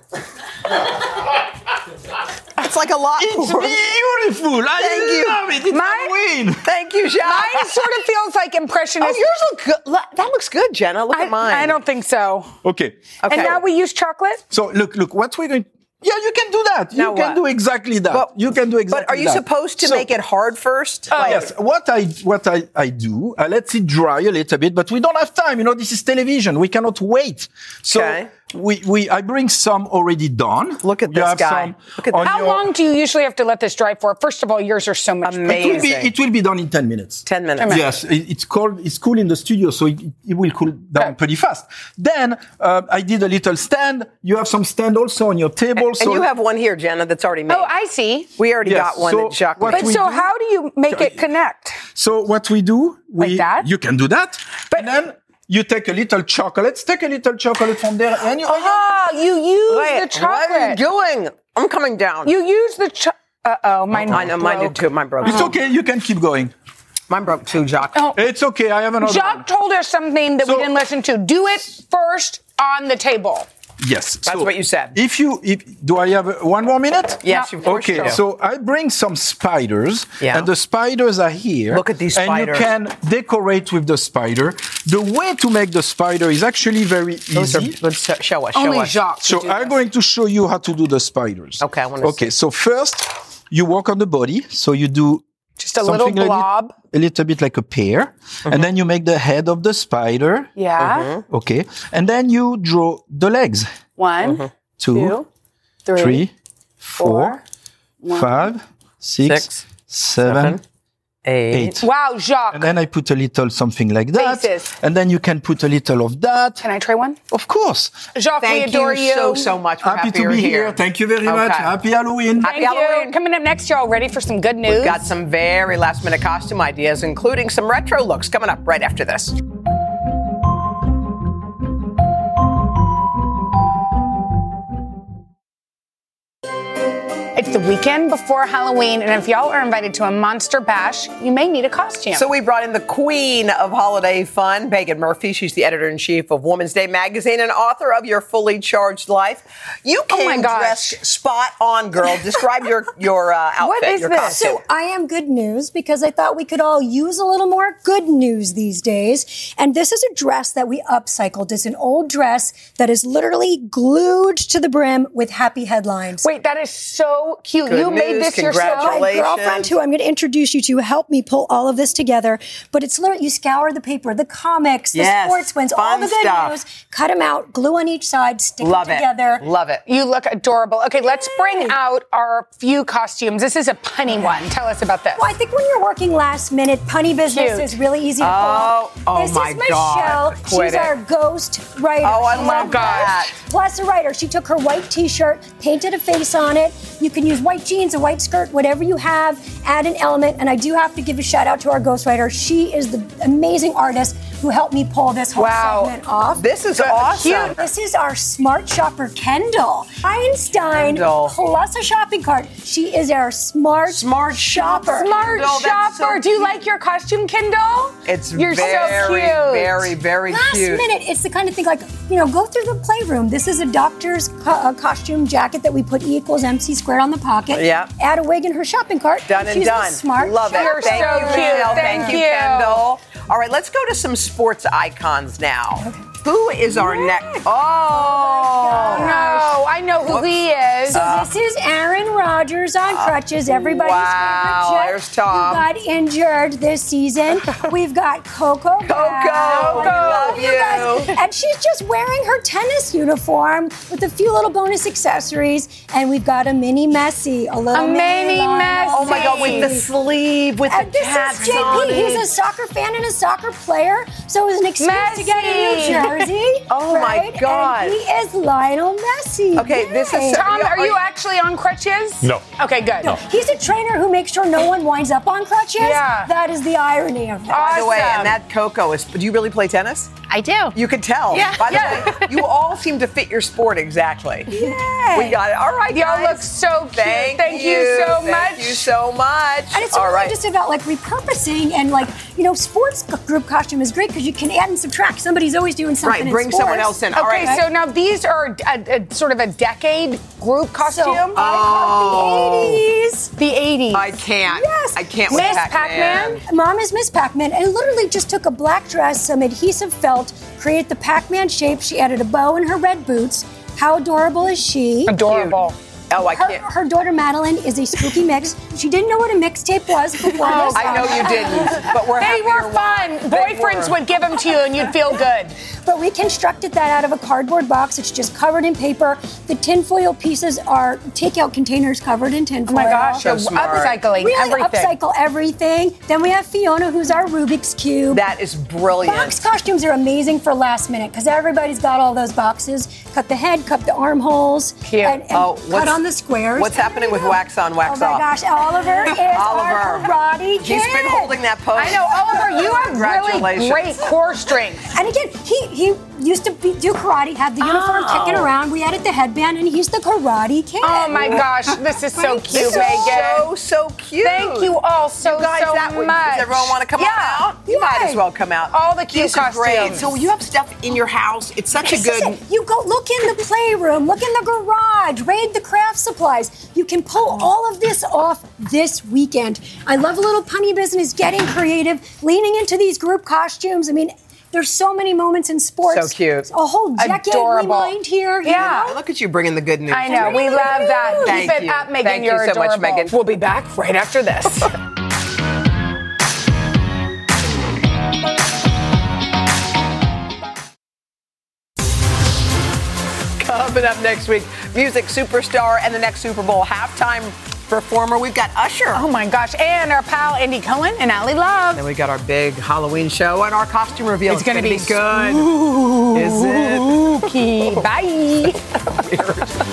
[SPEAKER 3] it's like a lot
[SPEAKER 10] It's
[SPEAKER 3] more.
[SPEAKER 10] beautiful. I
[SPEAKER 3] Thank you.
[SPEAKER 10] love it. It's
[SPEAKER 5] Mine-
[SPEAKER 10] Halloween.
[SPEAKER 3] <laughs> Thank you, Jacques. <laughs>
[SPEAKER 5] Mine sort of feels like
[SPEAKER 3] Oh,
[SPEAKER 5] impressionist.
[SPEAKER 3] yours look good. Look, That looks good, Jenna. Look
[SPEAKER 5] I,
[SPEAKER 3] at mine.
[SPEAKER 5] I don't think so.
[SPEAKER 10] Okay.
[SPEAKER 3] Okay.
[SPEAKER 5] And now we use chocolate?
[SPEAKER 10] So look, look, what we're going. Yeah, you can do that.
[SPEAKER 3] Now
[SPEAKER 10] you can
[SPEAKER 3] what?
[SPEAKER 10] do exactly that.
[SPEAKER 3] But-
[SPEAKER 10] you can do exactly.
[SPEAKER 3] But are you
[SPEAKER 10] that.
[SPEAKER 3] supposed to
[SPEAKER 10] So-
[SPEAKER 3] make it hard first?
[SPEAKER 10] Oh, yes. What I what I, I do, I let it dry a little bit, but we don't have time. You know, this is television. We cannot wait. So
[SPEAKER 3] Okay.
[SPEAKER 10] we, we I bring some already done.
[SPEAKER 3] Look at
[SPEAKER 5] this guy. Look at How long do you usually have to let this dry for? First of all, yours are so much
[SPEAKER 10] It will, be, it will be done in 10 minutes.
[SPEAKER 3] 10
[SPEAKER 5] minutes.
[SPEAKER 10] Yes, it- it's cold. It's cool in the studio, so it, it will cool down pretty fast. Then uh, I did a little stand. You have some stand also on your table.
[SPEAKER 3] And
[SPEAKER 10] so
[SPEAKER 3] you have one here, Jenna, that's already made. Oh,
[SPEAKER 5] I see.
[SPEAKER 3] We already
[SPEAKER 10] Yes,
[SPEAKER 3] got one
[SPEAKER 10] so
[SPEAKER 3] that Jacques
[SPEAKER 10] what
[SPEAKER 3] made.
[SPEAKER 10] But we so do-
[SPEAKER 5] How do you make it connect?
[SPEAKER 10] So what we do, we you can do that, but and then you take a little chocolate, take a little chocolate from there, and you.
[SPEAKER 5] Ah, you use
[SPEAKER 3] Wait,
[SPEAKER 5] the
[SPEAKER 3] What
[SPEAKER 5] chocolate.
[SPEAKER 3] are you doing? I'm coming down.
[SPEAKER 5] You use the chocolate. Uh oh, mine.
[SPEAKER 3] I know, mine did too.
[SPEAKER 5] broke.
[SPEAKER 3] Mine broke.
[SPEAKER 10] It's okay. You can keep going.
[SPEAKER 3] Mine broke too, Jacques.
[SPEAKER 10] It's okay. I have another. one.
[SPEAKER 5] Oh, Jacques told us something that we didn't listen to. Do it first on the table.
[SPEAKER 10] Yes,
[SPEAKER 5] That's what
[SPEAKER 3] you said.
[SPEAKER 10] If you if, do, I have uh, one more minute.
[SPEAKER 5] Yes, you- of course
[SPEAKER 10] Okay,
[SPEAKER 5] you do.
[SPEAKER 10] so I bring some spiders,
[SPEAKER 3] Yeah.
[SPEAKER 10] and the spiders are here.
[SPEAKER 3] Look at these
[SPEAKER 10] And
[SPEAKER 3] spiders.
[SPEAKER 10] you can decorate with the spider. The way to make the spider is actually very
[SPEAKER 3] Those are,
[SPEAKER 10] easy.
[SPEAKER 3] let's show show us.
[SPEAKER 10] Only
[SPEAKER 3] show us.
[SPEAKER 10] Jacques So I'm going to show you how to do the spiders.
[SPEAKER 3] Okay, I want to.
[SPEAKER 10] Okay, so first you work on the body, so you do
[SPEAKER 5] just a little blob.
[SPEAKER 10] a little bit like a pear, and then you make the head of the spider.
[SPEAKER 5] Yeah.
[SPEAKER 3] Uh-huh.
[SPEAKER 5] Mhm.
[SPEAKER 10] Okay, and then you draw the legs.
[SPEAKER 5] One,
[SPEAKER 10] Two,
[SPEAKER 5] three,
[SPEAKER 10] three, four,
[SPEAKER 5] one.
[SPEAKER 10] five, six, seven, eight.
[SPEAKER 5] Wow, Jacques.
[SPEAKER 10] And then I put a little something like that,
[SPEAKER 5] Faces.
[SPEAKER 10] and then you can put a little of that.
[SPEAKER 5] Can I try one?
[SPEAKER 10] Of course.
[SPEAKER 5] Jacques,
[SPEAKER 3] Thank
[SPEAKER 5] we adore
[SPEAKER 3] you so, so much. We're
[SPEAKER 10] Happy
[SPEAKER 3] happy
[SPEAKER 10] to
[SPEAKER 3] you're
[SPEAKER 10] be here. Thank you very much.
[SPEAKER 3] Okay.
[SPEAKER 10] Happy Halloween.
[SPEAKER 3] Happy
[SPEAKER 5] Thank you.
[SPEAKER 3] Halloween.
[SPEAKER 5] Coming up next, y'all ready for some good news?
[SPEAKER 3] We've got some very last minute costume ideas, including some retro looks coming up right after this.
[SPEAKER 5] It's the weekend before Halloween, and if y'all are invited to a monster bash, you may need a costume.
[SPEAKER 3] So we brought in the queen of holiday fun, Megan Murphy. She's the editor in chief of Woman's Day magazine and author of Your Fully Charged Life. You
[SPEAKER 5] Oh
[SPEAKER 3] came
[SPEAKER 5] my gosh.
[SPEAKER 3] dressed spot on, girl. Describe your your
[SPEAKER 5] <laughs>
[SPEAKER 3] uh, outfit.
[SPEAKER 5] is
[SPEAKER 3] your
[SPEAKER 5] this?
[SPEAKER 3] Costume.
[SPEAKER 9] So I am good news because I thought we could all use a little more good news these days. And this is a dress that we upcycled. It's an old dress that is literally glued to the brim with happy headlines.
[SPEAKER 5] Wait, that is so cute.
[SPEAKER 3] Good
[SPEAKER 5] you made
[SPEAKER 3] news.
[SPEAKER 5] this yourself.
[SPEAKER 9] My girlfriend, who I'm going to introduce you to, helped me pull all of this together. But it's literally you scour the paper, the comics, the
[SPEAKER 3] Yes.
[SPEAKER 9] sports ones,
[SPEAKER 3] Fun
[SPEAKER 9] all the good
[SPEAKER 3] stuff.
[SPEAKER 9] news, cut them out, glue on each side, stick 'em
[SPEAKER 3] Love it.
[SPEAKER 9] together.
[SPEAKER 3] Love it.
[SPEAKER 5] You look adorable. Okay, let's bring out our few costumes. This is a punny one. Tell us about this.
[SPEAKER 9] Well, I think when you're working last minute, punny business
[SPEAKER 5] Cute.
[SPEAKER 9] is really easy to
[SPEAKER 3] Oh,
[SPEAKER 9] pull.
[SPEAKER 3] oh
[SPEAKER 9] this
[SPEAKER 3] my
[SPEAKER 9] is
[SPEAKER 3] God.
[SPEAKER 9] Michelle.
[SPEAKER 3] Quit
[SPEAKER 9] She's
[SPEAKER 3] it.
[SPEAKER 9] our ghost writer.
[SPEAKER 3] Oh, I
[SPEAKER 9] She
[SPEAKER 3] love
[SPEAKER 9] loves
[SPEAKER 3] that.
[SPEAKER 9] ghosts. Plus a writer. She took her white t-shirt, painted a face on it. You can use white jeans, a white skirt, whatever you have, add an element. And I do have to give a shout out to our ghost writer. She is the amazing artist who helped me pull this whole
[SPEAKER 5] Wow.
[SPEAKER 9] segment off.
[SPEAKER 3] This is awesome.
[SPEAKER 9] Cute. This is our smart shopper, Kendall. Einstein
[SPEAKER 3] Kendall.
[SPEAKER 9] plus a shopping cart. She is our smart
[SPEAKER 3] Smart shopper.
[SPEAKER 5] Smart
[SPEAKER 3] Kendall, that's so
[SPEAKER 5] shopper. Do you like your costume, Kindle?
[SPEAKER 3] It's
[SPEAKER 5] You're
[SPEAKER 3] very,
[SPEAKER 5] so cute.
[SPEAKER 3] very, very
[SPEAKER 9] Last
[SPEAKER 3] cute.
[SPEAKER 9] minute, it's the kind of thing like, you know, go through the playroom. This is a doctor's co- uh, costume jacket that we put E equals MC squared on the pocket.
[SPEAKER 3] Yeah.
[SPEAKER 9] Add a wig in her shopping cart.
[SPEAKER 3] Done and
[SPEAKER 9] She's
[SPEAKER 3] done.
[SPEAKER 9] The smart
[SPEAKER 3] Love it.
[SPEAKER 5] You're
[SPEAKER 3] Thank
[SPEAKER 5] so
[SPEAKER 3] you,
[SPEAKER 5] cute.
[SPEAKER 3] Michelle.
[SPEAKER 5] Thank
[SPEAKER 3] Thank you,
[SPEAKER 5] you.
[SPEAKER 3] Kendall. All right, let's go to some sports icons now. Who is our next? Oh,
[SPEAKER 5] No, I know who he is.
[SPEAKER 9] So
[SPEAKER 3] Uh,
[SPEAKER 9] this is Aaron Rodgers on crutches. Everybody's
[SPEAKER 3] Ah, wow,
[SPEAKER 9] favorite chick
[SPEAKER 3] there's Tom.
[SPEAKER 9] Who got injured this
[SPEAKER 3] <laughs>
[SPEAKER 9] season. We've got Coco. Coco,
[SPEAKER 3] we love you.
[SPEAKER 9] And she's just wearing her tennis uniform with a few little bonus accessories. And we've got a mini Messi, a little
[SPEAKER 5] A mini
[SPEAKER 9] Lionel
[SPEAKER 5] Messi.
[SPEAKER 3] Oh my God, with the sleeve, with
[SPEAKER 9] and
[SPEAKER 3] the
[SPEAKER 9] this
[SPEAKER 3] cat
[SPEAKER 9] is JP. He's a soccer fan and a soccer player, so it was an excuse to get a
[SPEAKER 5] Messi.
[SPEAKER 9] new jersey.
[SPEAKER 3] <laughs> Oh my
[SPEAKER 9] right? And
[SPEAKER 3] God.
[SPEAKER 9] he is Lionel Messi.
[SPEAKER 3] Okay, this is
[SPEAKER 9] Yay.
[SPEAKER 3] so-
[SPEAKER 5] Tom,
[SPEAKER 3] Yeah,
[SPEAKER 5] Um, are
[SPEAKER 3] are
[SPEAKER 5] you
[SPEAKER 3] you-
[SPEAKER 5] actually on crutches?
[SPEAKER 11] No.
[SPEAKER 5] Okay, good.
[SPEAKER 9] He's a trainer who makes sure no one winds up on crutches.
[SPEAKER 5] Yeah.
[SPEAKER 9] That is the irony of it.
[SPEAKER 3] By the way,
[SPEAKER 5] Awesome.
[SPEAKER 3] and that Coco is. Do you really play tennis?
[SPEAKER 12] I do.
[SPEAKER 3] You could tell.
[SPEAKER 12] Yeah.
[SPEAKER 3] By the
[SPEAKER 5] Yeah.
[SPEAKER 3] way, you all seem to fit your sport exactly.
[SPEAKER 9] Yay.
[SPEAKER 3] We got it. All right,
[SPEAKER 5] Y'all
[SPEAKER 3] guys.
[SPEAKER 5] look so cute.
[SPEAKER 3] Thank,
[SPEAKER 5] you, so much.
[SPEAKER 3] Thank you so much.
[SPEAKER 9] and it's
[SPEAKER 3] all
[SPEAKER 9] really
[SPEAKER 3] right.
[SPEAKER 9] just about like repurposing and like you know, sports g- group costume is great because you can add and subtract. Somebody's always doing something.
[SPEAKER 3] Right,
[SPEAKER 9] in
[SPEAKER 3] bring someone else
[SPEAKER 9] sports.
[SPEAKER 3] in. All
[SPEAKER 5] Okay,
[SPEAKER 3] right.
[SPEAKER 5] so now these are a, a, sort of a decade group costume.
[SPEAKER 9] So I caught the 80s.
[SPEAKER 5] the 80s.
[SPEAKER 3] uh, I can't.
[SPEAKER 9] Yes.
[SPEAKER 3] I can't
[SPEAKER 5] Miss
[SPEAKER 3] with Pac-Man.
[SPEAKER 5] Pac-Man?
[SPEAKER 9] Mom is Miss Pac-Man, and literally just took a black dress, some adhesive felt, created the Pac-Man shape. She added a bow in her red boots. How adorable is she?
[SPEAKER 5] Adorable.
[SPEAKER 3] Oh, I
[SPEAKER 9] her,
[SPEAKER 3] can't.
[SPEAKER 9] Her daughter Madeline is a spooky mix. She didn't know what a mixtape was before
[SPEAKER 3] Oh,
[SPEAKER 9] this.
[SPEAKER 3] I know you didn't,
[SPEAKER 5] <laughs>
[SPEAKER 3] but we're
[SPEAKER 5] They
[SPEAKER 3] happy
[SPEAKER 5] were
[SPEAKER 3] you're
[SPEAKER 5] fun.
[SPEAKER 3] They
[SPEAKER 5] Boyfriends
[SPEAKER 3] were.
[SPEAKER 5] would give them to you and you'd
[SPEAKER 3] <laughs>
[SPEAKER 5] feel good.
[SPEAKER 9] But we constructed that out of a cardboard box. It's just covered in paper. The tinfoil pieces are takeout containers covered in tinfoil.
[SPEAKER 5] Oh my gosh, So you're smart. upcycling
[SPEAKER 9] really
[SPEAKER 5] everything.
[SPEAKER 9] upcycle everything. Then we have Fiona, who's our Rubik's Cube.
[SPEAKER 3] That is brilliant.
[SPEAKER 9] Box costumes are amazing for last minute because everybody's got all those boxes. Cut the head, cut the armholes,
[SPEAKER 3] Cute.
[SPEAKER 9] and, and
[SPEAKER 3] Oh,
[SPEAKER 9] cut
[SPEAKER 3] what's-
[SPEAKER 9] on the squares.
[SPEAKER 3] what's happening with wax on, wax
[SPEAKER 9] Oh my
[SPEAKER 3] off?
[SPEAKER 9] gosh, Oliver is
[SPEAKER 3] <laughs>
[SPEAKER 9] our
[SPEAKER 3] Oliver.
[SPEAKER 9] karate kid.
[SPEAKER 3] He's been holding that post.
[SPEAKER 5] I know, Oliver, you have really
[SPEAKER 3] Congratulations.
[SPEAKER 5] great core strength.
[SPEAKER 9] And again, he he used to be, do karate, had the uniform
[SPEAKER 5] Oh.
[SPEAKER 9] kicking around. We added the headband, and he's the karate kid.
[SPEAKER 5] Oh my gosh, this is so
[SPEAKER 9] Thank you
[SPEAKER 5] cute,
[SPEAKER 9] so
[SPEAKER 5] Megan.
[SPEAKER 3] So, so cute.
[SPEAKER 5] Thank you all so,
[SPEAKER 3] You guys,
[SPEAKER 5] so
[SPEAKER 3] that was-
[SPEAKER 5] much.
[SPEAKER 3] Does everyone want to come on
[SPEAKER 5] Yeah.
[SPEAKER 3] out? You might as well come out.
[SPEAKER 5] All the cute
[SPEAKER 3] These are great.
[SPEAKER 5] costumes.
[SPEAKER 3] So you have stuff in your house. It's such a
[SPEAKER 9] This is
[SPEAKER 3] good.
[SPEAKER 9] it. You go look in the playroom, look in the garage, raid the craft supplies. You can pull all of this off this weekend. I love a little punny business, getting creative, leaning into these group costumes. I mean, there's so many moments in sports.
[SPEAKER 3] So cute.
[SPEAKER 9] A whole decade we
[SPEAKER 5] Adorable.
[SPEAKER 9] mined here. you
[SPEAKER 5] Yeah.
[SPEAKER 9] know?
[SPEAKER 3] Look at you bringing the good news.
[SPEAKER 5] I know. We
[SPEAKER 9] Thank
[SPEAKER 5] love that.
[SPEAKER 9] you.
[SPEAKER 5] Keep
[SPEAKER 3] Thank
[SPEAKER 5] it
[SPEAKER 3] you.
[SPEAKER 5] up, Megan.
[SPEAKER 3] Thank you
[SPEAKER 5] You're
[SPEAKER 3] so much,
[SPEAKER 5] adorable.
[SPEAKER 3] Megan.
[SPEAKER 5] We'll be back right
[SPEAKER 3] <laughs>
[SPEAKER 5] after this.
[SPEAKER 3] Coming up next week, music superstar and the next Super Bowl halftime performer. We've got Usher.
[SPEAKER 5] oh my gosh. And our pal Andy Cohen and Allie Love.
[SPEAKER 3] Then we got our big Halloween show and our costume reveal.
[SPEAKER 5] It's gonna
[SPEAKER 3] gonna
[SPEAKER 5] be
[SPEAKER 3] good. Is it?
[SPEAKER 5] Spooky. Bye.